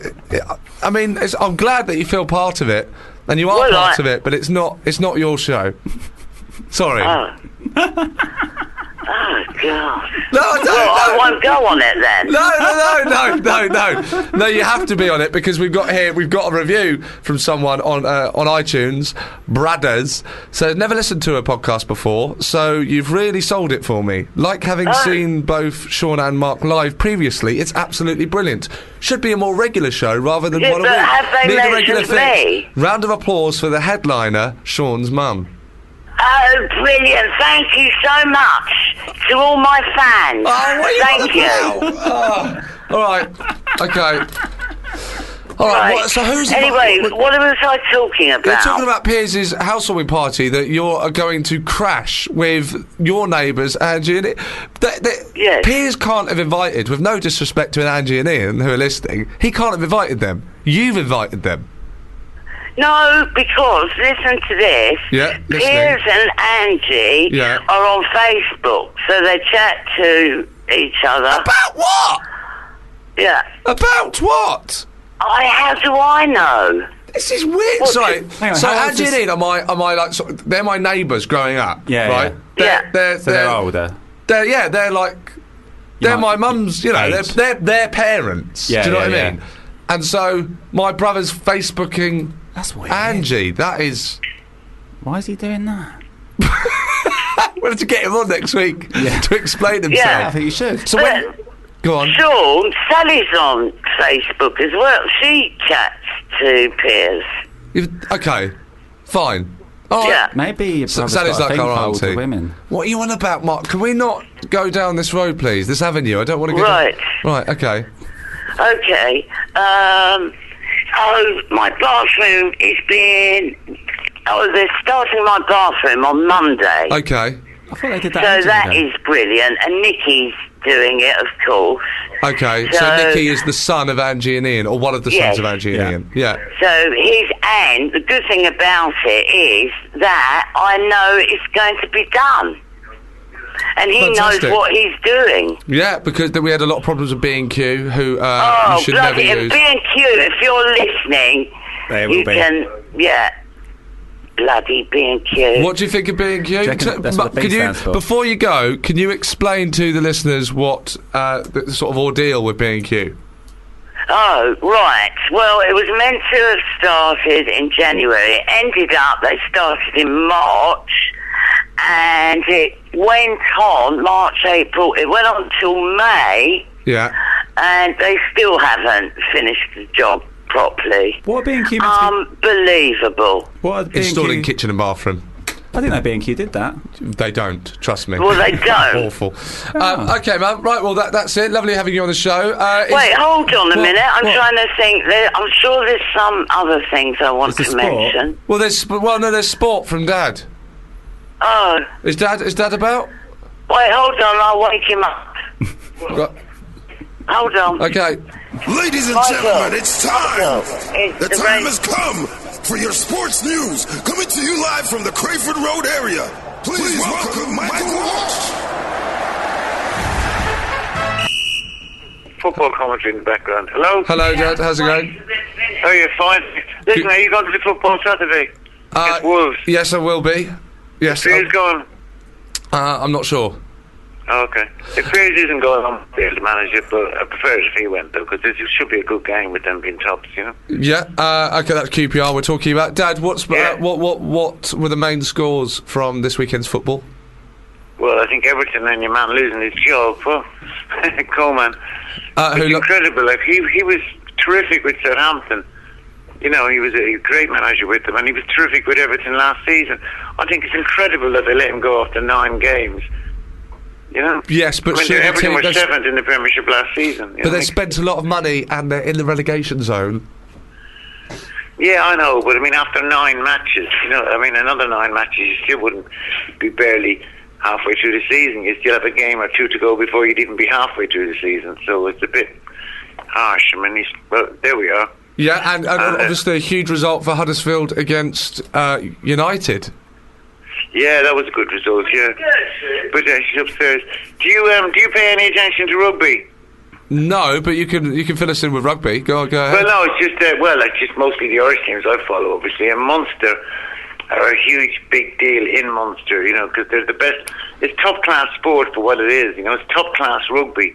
I mean, it's, I'm glad that you feel part of it, and you are Well, part I- of it. But it's not. It's not your show. Sorry. Oh. oh, God. No, I don't. Well, I no. won't go on it then. No, no, no, no, no, no. No, you have to be on it because we've got here, we've got a review from someone on uh, on iTunes, Bradders. So never listened to a podcast before. So you've really sold it for me. Like having Oh. seen both Sean and Mark live previously, it's absolutely brilliant. Should be a more regular show rather than Yeah, one a but week. have they Need a mentioned regular fix. me? Round of applause for the headliner, Sean's mum. Oh, brilliant. Thank you so much to all my fans. Oh, Thank Oh, you. Ah, All right. Okay. All right. Right. What, so who's anyway, what- what was I talking about? You're talking about Piers' housewarming party that you're going to crash with your neighbours, Angie and Ian. That, that- Yes. Piers can't have invited, with no disrespect to Angie and Ian who are listening, he can't have invited them. You've invited them. No, because listen to this. Yeah, listening. Piers and Angie Yeah. are on Facebook, so they chat to each other. About what? yeah. About what? I, how do I know? This is weird. Sorry. hang on, so how old Angie is- and Ian are my, are my like, sort of- they're my neighbours growing up. Yeah, Right? yeah. They're, Yeah. They're, So they're older. they're yeah, they're like they're my might- mum's. You know, they're, Age. they're their parents. Yeah, do you know yeah, what I yeah. mean? And so my brother's facebooking That's weird. Angie. That is. Why is he doing that? We'll have to get him on next week to explain himself. Yeah. I think you should. So when, Uh, go on. Sean, Sally's on Facebook as well. She chats to Piers. If- okay, fine. All right. Yeah. Maybe your So, brother's Sally's got a like thing our for auntie. older women. What are you on about, Mark? Can we not go down this road, please? This avenue. I don't want to go. Right. Right. Okay. Okay. Um, so my bathroom is being. Oh, they're starting my bathroom on Monday. Okay. I thought they did that. so ages that ago. is brilliant, and Nikki's doing it, of course. Okay. So, So- Nicky is the son of Angie and Ian, or one of the Yes. sons of Angie Yeah. and Ian. Yeah. So his and the good thing about it is that I know it's going to be done, and he Fantastic. knows what he's doing. Yeah, because th- we had a lot of problems with B and Q, who uh, Oh, you should never bloody! And use. B and Q, if you're listening, They will you be. can, yeah, bloody B and Q. What do you think of B and Q? reckon that's what the B Can you, stands for? before you go, can you explain to the listeners what uh, the the sort of ordeal with B and Q? Oh, right. Well, it was meant to have started in January. It ended up, they started in March, and it went on March, April. It went on till May, Yeah. and they still haven't finished the job properly. What are being Q? Um, Unbelievable. What are Installing being Q? kitchen and bathroom. I didn't know being Q did that. They don't. Trust me. Well, they don't. Ah. Awful. Um, okay, ma'am. Right. Well, that, that's it. Lovely having you on the show. Uh, is- Wait, hold on a What- minute. I'm what? trying to think. There, I'm sure there's some other things I want Is there to sport? mention. Well, there's sp- well, no, there's sport from Dad. Oh, Is Dad is Dad about? wait, hold on. I'll wake him up. Right, Hold on. Okay. Ladies and Michael. gentlemen, it's time. It's The the time race. has come for your sports news coming to you live from the Crayford Road area. Please, welcome, Michael Walsh. football commentary in the background. Hello? Hello, Dad. How's it going? Oh, you're fine. Listen, You- are you going to the football Saturday? Uh, it's Wolves. Yes, I will be. Yes. Fear's I'm, going. uh, I'm not sure. Oh, okay. If Fear's isn't going, I'm there to manage it, but I prefer it if he went, though, because it should be a good game with them being tops, you know? Yeah. Uh, okay, that's QPR we're talking about. Dad, what's Yeah. uh, what what what were the main scores from this weekend's football? Well, I think Everton and your man losing his job, well, Coleman. Uh, who it's lo- incredible. Like, he, he was terrific with Southampton. You know, he was a great manager with them, and he was terrific with Everton last season. I think it's incredible that they let him go after nine games. You know? Yes, but I mean, surely Everton Tim- was that's- seventh in the Premiership last season. But you know? they spent a lot of money and they're in the relegation zone. yeah, I know, but I mean, after nine matches, you know, I mean, another nine matches, you still wouldn't be barely halfway through the season. You still have a game or two to go before you'd even be halfway through the season. So it's a bit harsh. I mean, he's, well, there we are. Yeah, and, and Uh, obviously a huge result for Huddersfield against uh, United. Yeah, that was a good result. Yeah, but uh, she's upstairs. Do you um do you pay any attention to rugby? No, but you can you can fill us in with rugby. Go go ahead. Well, no, it's just uh, well, it's just mostly the Irish teams I follow, obviously, and Munster are a huge big deal in Munster, you know, because they're the best. It's top class sport for what it is, you know. It's top class rugby,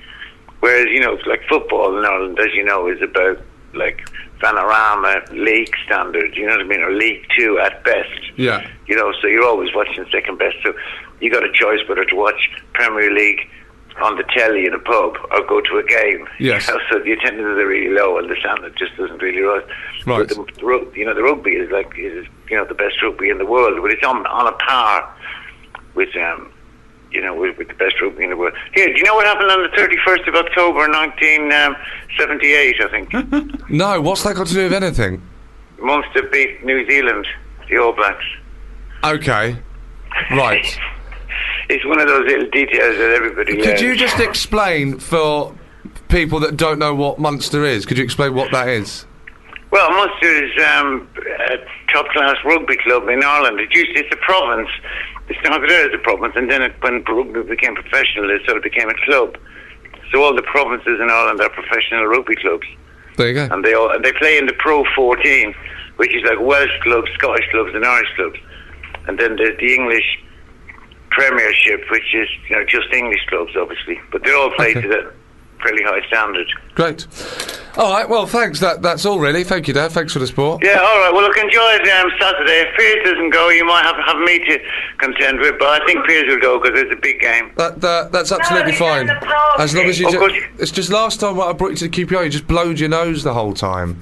whereas you know, it's like football in Ireland, as you know, is about like panorama league standards, you know what I mean, or League Two at best. Yeah. you know, so you're always watching second best. So you got a choice whether to watch Premier League on the telly in a pub or go to a game. Yes. You know, so the attendances are really low and the standard just doesn't really rise. Right. But the, the, rug- you know, the rugby is like, is, you know, the best rugby in the world, but it's on, on a par with, um, you know, with, with the best rugby in the world. Here, do you know what happened on the 31st of October 1978, I Hmm? think? No, what's that got to do with anything? Munster beat New Zealand, the All Blacks. Okay. Right. It's one of those little details that everybody Could learns. you just explain for people that don't know what Munster is? Could you explain what that is? Well, Munster is um, a top-class rugby club in Ireland. It used it's a province. It started out as a province, and then it, when rugby became professional, it sort of became a club. So all the provinces in Ireland are professional rugby clubs, There you go. and they all and they play in the Pro 14, which is like Welsh clubs, Scottish clubs, and Irish clubs. And then there's the English Premiership, which is you know just English clubs, obviously, but they're all played Okay. to that fairly high standard. Great. All right. Well, thanks. That that's all really. Thank you, Dad. Thanks for the sport. Yeah, all right. Well, look, enjoy it um, Saturday. If Piers doesn't go, you might have, have me to contend with, but I think Piers will go because it's a big game. That, that that's absolutely it's fine. in the party. As long as you, Of ju- course. it's just last time when I brought you to the QPR, you just blowed your nose the whole time.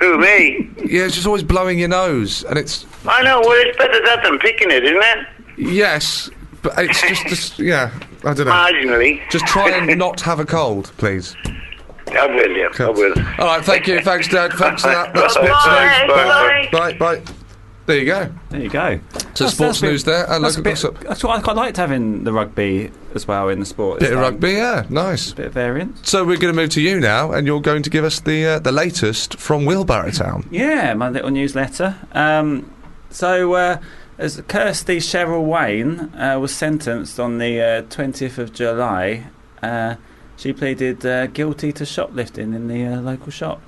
Who, me? Yeah, it's just always blowing your nose, and it's I know. Well, it's better that than picking it, isn't it? Yes, but it's just, just yeah, I don't know. Marginally. Just try and not have a cold, please. I will, yeah. I will. All right, thank you. Thanks, Dad. Thanks for that. That's Bye, sports bye, news. bye. bye. bye. There you go. There you go. So That's- sports that's a bit- news there, and that's local a bit- gossip. That's what I quite liked having the rugby as well in the sport. Bit It's of like rugby, yeah, nice. a bit of variance. So we're going to move to you now, and you're going to give us the uh, the latest from Wheelbarrow Town. Yeah, my little newsletter. Um, so, uh, as Kirsty Cheryl Wayne uh, was sentenced on the uh, 20th of July, uh, she pleaded uh, guilty to shoplifting in the uh, local shop.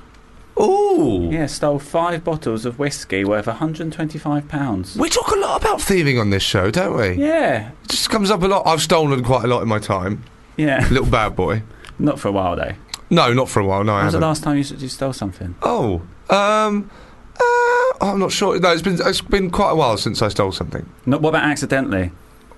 Ooh, Yeah, stole five bottles of whiskey worth 125 pounds. we talk a lot about thieving on this show, don't we? Yeah, It just comes up a lot. I've stolen quite a lot in my time. yeah. Little bad boy. Not for a while though. No, not for a while. No, I When was the haven't. last time you, s- you stole something? Oh, um, uh, I'm not sure. No, it's been it's been quite a while since I stole something. No, what about accidentally?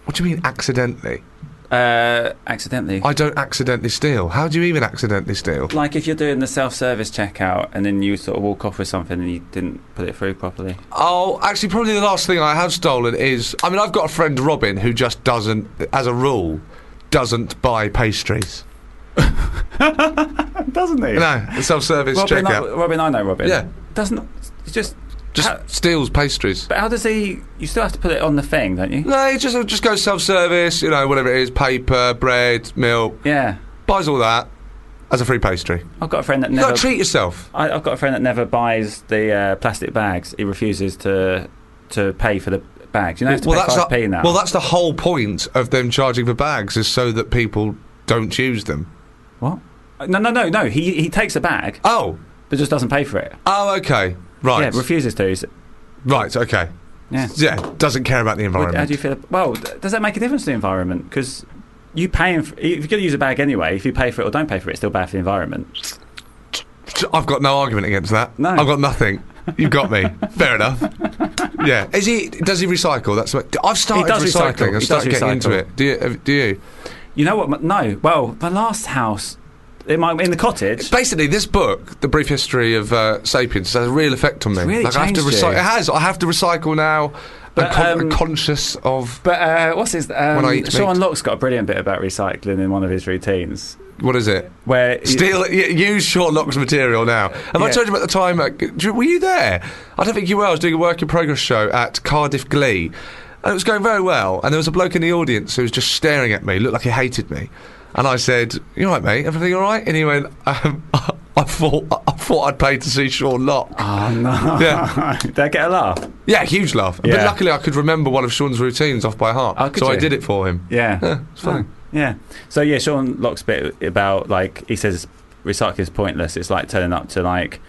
What do you mean accidentally? Uh, accidentally. I don't accidentally steal. How do you even accidentally steal? like if you're doing the self-service checkout and then you sort of walk off with something and you didn't put it through properly. Oh, actually, probably the last thing I have stolen is. I mean, I've got a friend, Robin, who just doesn't, as a rule, doesn't buy pastries. Doesn't he? No, self-service Robin, I, checkout. Robin, I know Robin. Yeah. Doesn't. It's just. just how, steals pastries. but how does he? You still have to put it on the thing, don't you? No, he just uh, just goes self-service. You know, whatever it is, paper, bread, milk, Yeah. buys all that as a free pastry. I've got a friend that You never. gotta treat yourself. I, I've got a friend that never buys the uh, plastic bags. He refuses to to pay for the bags. You know, you have to pay five the, p now. well, that's the whole point of them charging for bags is so that people don't use them. what? No, no, no, no. He he takes a bag, Oh, but just doesn't pay for it. oh, okay, right, Yeah, refuses to. He's- right, okay. Yeah. Yeah, doesn't care about the environment. How do you feel? ab- Well, th- does that make a difference to the environment? Because you paying for, if you're going to use a bag anyway, if you pay for it or don't pay for it, it's still bad for the environment. I've got no argument against that. No. I've got nothing. You've got me. Fair enough. Yeah. Is he? Does he recycle? That's what I've started He does recycle. recycling. He I've does started getting recycle. into it. Do you? uh, Do you? You know what? m- No. Well, the last house in my in the cottage. Basically, this book, the brief history of uh, sapiens, has a real effect on me. It's really like I have to changed recycle. you. It has. I have to recycle now. But, I'm con- um, conscious of But uh, what's his? Um, When I eat Sean meat. Locke's got a brilliant bit about recycling in one of his routines, what is it? where he- Steal, y- use Sherlock's material now. Have I Yeah. told you about the time? At, do you- were you there? I don't think you were. I was doing a work in progress show at Cardiff Glee, and it was going very well. And there was a bloke in the audience who was just staring at me, looked like he hated me. And I said, "You all right, mate? Everything all right?" And he went, um, "I thought I thought I'd paid to see Sherlock." Oh no! Yeah. Did I get a laugh? Yeah, huge laugh. But Yeah. luckily, I could remember one of Sean's routines off by heart, Oh, could so I you? did it for him. Yeah. it's fine. Oh, yeah. So yeah, Sean Locke's bit about like he says recycling is pointless. It's like turning up to like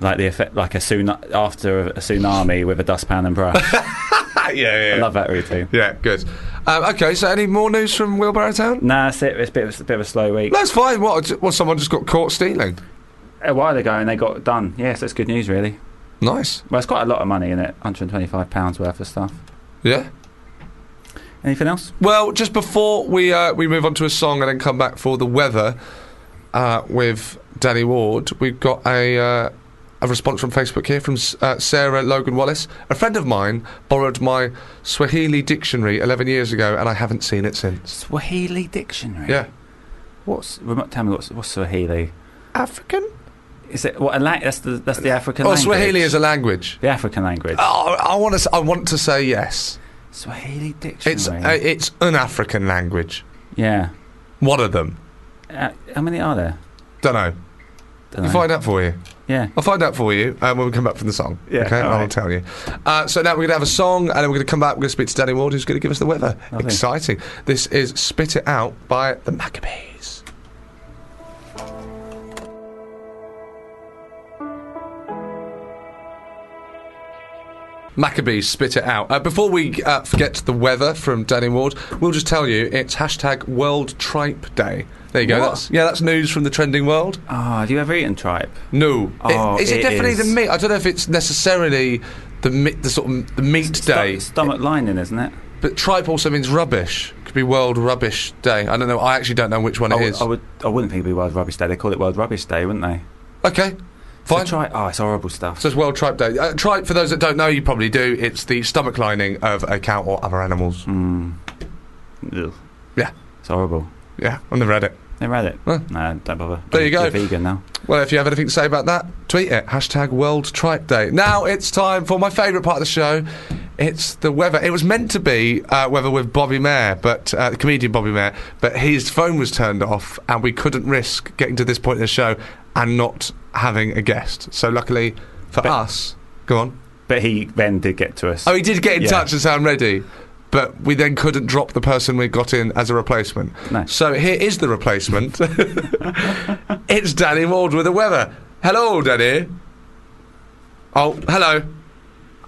like the effect like a tsunami after a tsunami with a dustpan and brush. Ah, yeah, yeah, yeah. I love that routine. Yeah, good. Um, okay, so any more news from Wheelbarrow Town? Nah, that's it. It's a bit, it's a bit of a slow week. That's fine. What? Well, someone just got caught stealing. A while ago, and they got done. Yes, that's good news, really. Nice. Well, it's quite a lot of money in it. 125 pounds worth of stuff. Yeah. Anything else? Well, just before we uh, we move on to a song and then come back for the weather uh, with Danny Ward, we've got a uh, a response from Facebook here from S- uh, Sarah Logan Wallace. A friend of mine borrowed my Swahili dictionary 11 years ago, and I haven't seen it since. Swahili dictionary. Yeah. What's? remo- Tell me what's what's Swahili? African. Is it what a la- That's the that's the African. Oh, language. Swahili is a language. the African language. Oh, I want to. I want to say yes. Swahili dictionary. It's uh, it's an African language. yeah. One of them. Uh, how many are there? Don't know. Dunno. We'll find out for you. yeah. I'll find out for you um, when we come back from the song. Yeah, Okay, all I'll right. tell you. Uh, so now we're going to have a song, and then we're going to come back. We're going to speak to Danny Ward, who's going to give us the weather. Lovely. Exciting. This is Spit It Out by the Maccabees. Maccabees, spit it out. Uh, before we uh, forget the weather from Danny Ward, we'll just tell you it's hashtag World Tripe Day. There you go. What? That's, yeah, that's news from the trending world. Ah, have you ever eaten tripe? No. Oh, is it, it definitely is. the meat? I don't know if it's necessarily the mi- the sort of the meat day, Sto- stomach lining, isn't it? but tripe also means rubbish. Could be World Rubbish Day. I don't know. I actually don't know which one I it would- is. I would. I wouldn't think it'd be World Rubbish Day. They call it World Rubbish Day, wouldn't they? okay. Fine. So try. Oh, it's horrible stuff. So it's World Tripe Day. Uh, tripe, for those that don't know, you probably do. It's the stomach lining of a cow or other animals. Mm. Ugh. Yeah. It's horrible. Yeah, I've never had it. Never had it. Huh. No, don't bother. There you You're go. vegan now. Well, if you have anything to say about that, tweet it. Hashtag World Tripe Day. Now it's time for my favourite part of the show. It's the weather. It was meant to be uh, weather with Bobby Mayer, but uh, comedian Bobby Mayer, but his phone was turned off, and we couldn't risk getting to this point in the show and not having a guest. So luckily for us, go on. But he then did get to us. Oh, he did get in Yeah. touch and say I'm ready, but we then couldn't drop the person we got in as a replacement. No. So here is the replacement. it's Danny Ward with the weather. Hello, Danny. Oh, hello.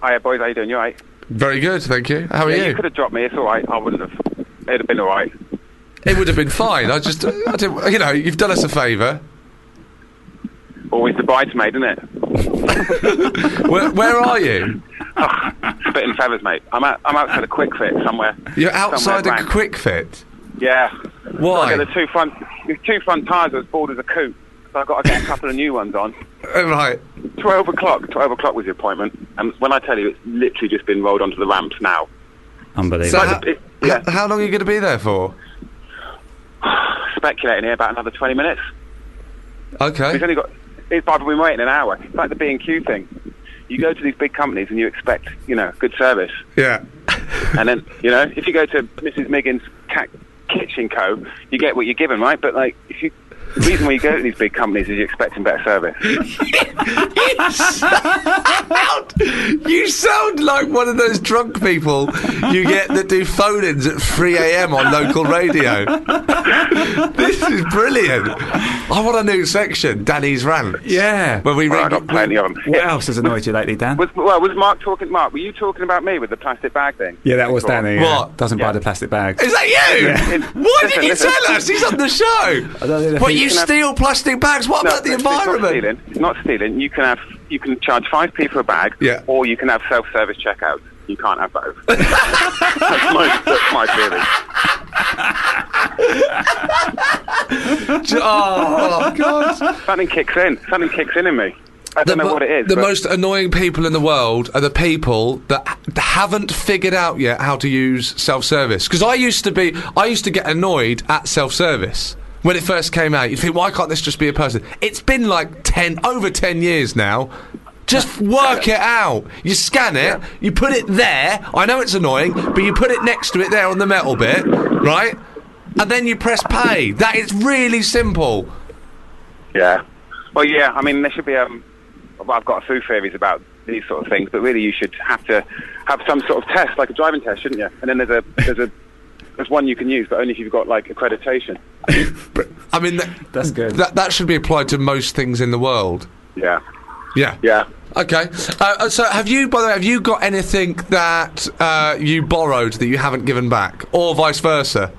Hiya, boys. How you doing? You all right? Very good, thank you. How are yeah, you? you? could have dropped me. It's all right. I wouldn't have. It'd have been all right. It would have been fine. I just, I didn't, you know, you've done us a favour. Always the bridesmaid, isn't it? Where, where are you? Spit and feathers, mate. I'm out. I'm outside a quick fit somewhere. You're Somewhere outside a rank. quick fit. Yeah. Why? I got the two front. The two front tyres are as bald as a coot. So I got to get a couple of new ones on. Uh, Right. Twelve o'clock. Twelve o'clock was the appointment. And when I tell you, it's literally just been rolled onto the ramps now. So, Unbelievable. how, It- yeah. how long are you going to be there for? Speculating here about another twenty minutes. Okay. It's only got. It's I've been waiting an hour. It's like the B and Q thing. You go to these big companies and you expect, you know, good service. Yeah. And then, you know, if you go to Mrs. Miggin's ca- Kitchen Co., you get what you're given, right? But, like, if you. The reason why you go to these big companies is you're expecting better service. You sound like one of those drunk people you get that do phone ins at 3 a.m. on local radio. this is brilliant. I want a new section, Danny's Rant. yeah. Where we Well, I've read. got plenty of them. What else has annoyed you lately, Dan? Was, well, was Mark talking? Mark, were you talking about me with the plastic bag thing? Yeah, that was Danny. yeah. What? Doesn't Yeah. buy the plastic bags. Is that you? Yeah. Why Listen, did you listen. tell us? He's on the don't know show. if What, he- you Can I- steal plastic bags? What about the it's not environment? stealing. It's not stealing. You can have. You can charge five p for a bag. Yeah. Or you can have self-service checkout. You can't have both. that's, my, that's my theory. Oh, God. Something kicks in. Something kicks in in me. I don't know mo- what it is. the but- most annoying people in the world are the people that h- haven't figured out yet how to use self-service. Because I used to be, I used to get annoyed at self-service when it first came out. You would think, why can't this just be a person? It's been like ten, over ten years now. Just work it out. You scan it, you put it there. I know it's annoying, but you put it next to it there on the metal bit, right? And then you press pay. That is really simple. Yeah. Well, yeah. I mean, there should be. Um, well, I've got a few theories about these sort of things, but really, you should have to have some sort of test, like a driving test, shouldn't you? And then there's a there's a there's one you can use, but only if you've got like accreditation. I mean, th- That's good. That that should be applied to most things in the world. Yeah. Yeah. Yeah. Okay. Uh, Uh, so, have you, by the way, have you got anything that uh, you borrowed that you haven't given back, or vice versa,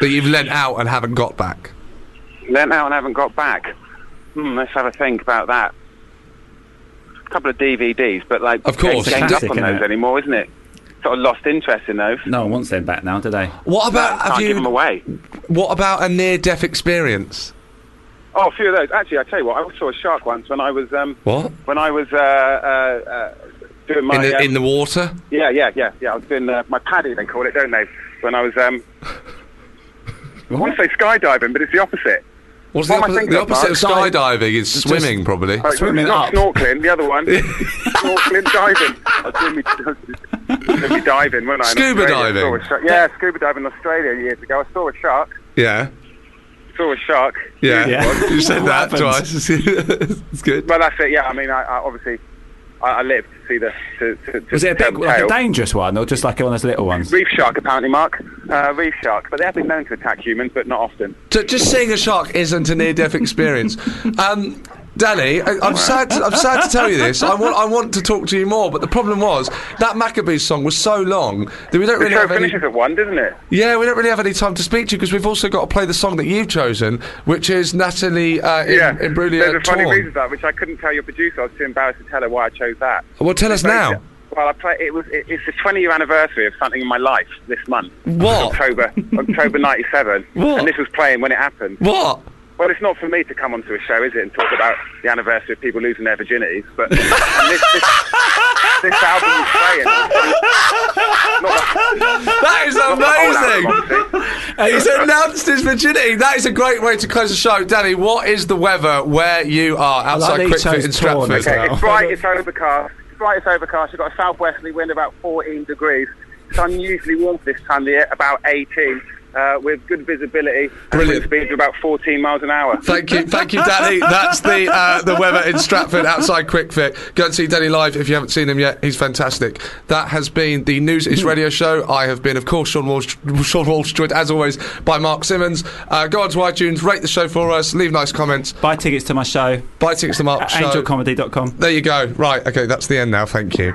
that you've lent out and haven't got back? Lent out and haven't got back. Hmm, let's have a think about that. A couple of DVDs, but like Of course. getting Classic, up on isn't those it? anymore, isn't it? Sort of lost interest in those. no one wants them back now, do they? What about Can't have give them you? away. What about a near-death experience? Oh, a few of those. Actually, I tell you what, I saw a shark once when I was um, What when I was uh, uh, uh, doing my in the um, in the water? yeah yeah yeah yeah I was doing uh, my paddy they call it don't they when I was um I want to say skydiving but it's the opposite What's What the am I opposite, thinking the of, opposite of Mark? skydiving is swimming, probably. Like, Swimming not up. snorkeling the other one snorkeling diving I was doing me, I was doing me diving weren't I in Scuba Australia. I saw diving. a shark- yeah scuba diving in Australia years ago I saw a shark Yeah, saw a shark yeah. Yeah. You said that What happened? twice. it's good. well that's it yeah I mean I, I obviously I, I lived to see the to, to, to Was it a tell big, the like a tale. dangerous one, or just like one of those little ones? Reef shark, apparently, Mark. Uh, reef shark, but they have been known to attack humans, but not often. So just seeing a shark isn't a near-death experience. Um, Danny, I, I'm sad. To, I'm sad to tell you this. I want. I want to talk to you more, but the problem was that Maccabees song was so long that we don't The really show have any. finishes at one, doesn't it? Yeah, we don't really have any time to speak to you because we've also got to play the song that you've chosen, which is Natalie uh, in, yeah. in Brulia There's a funny Torn. reason for that, which I couldn't tell your producer. I was too embarrassed to tell her why I chose that. Well, tell us Very now. si- Well, I play, it was. It, it's the 20 year anniversary of something in my life this month. What? October, October '97. What? And this was playing when it happened. What? Well, it's not for me to come onto a show, is it, and talk about the anniversary of people losing their virginities, but and this, this, this album is saying. That is amazing. He's announced his virginity. That is a great way to close the show. Danny, what is the weather where you are outside that he chose Quickfit in Stratford? torn as Okay, it's bright, it's overcast. It's bright, it's overcast. You've got a southwesterly wind about 14 degrees. It's unusually warm for this time of year, about 18, uh, with good visibility and wind speeds of about 14 miles an hour. Thank you, thank you, Danny. That's the uh, the weather in Stratford outside QuickFit. Go and see Danny live if you haven't seen him yet. He's fantastic. That has been the News Is Radio show. I have been, of course, Sean Walsh, Sean Walsh joined as always by Mark Simmons. Uh, go on to iTunes, rate the show for us, leave nice comments. Buy tickets to my show. Buy tickets to Mark's At show. angelcomedy.com. There you go. Right, okay, that's the end now. Thank you.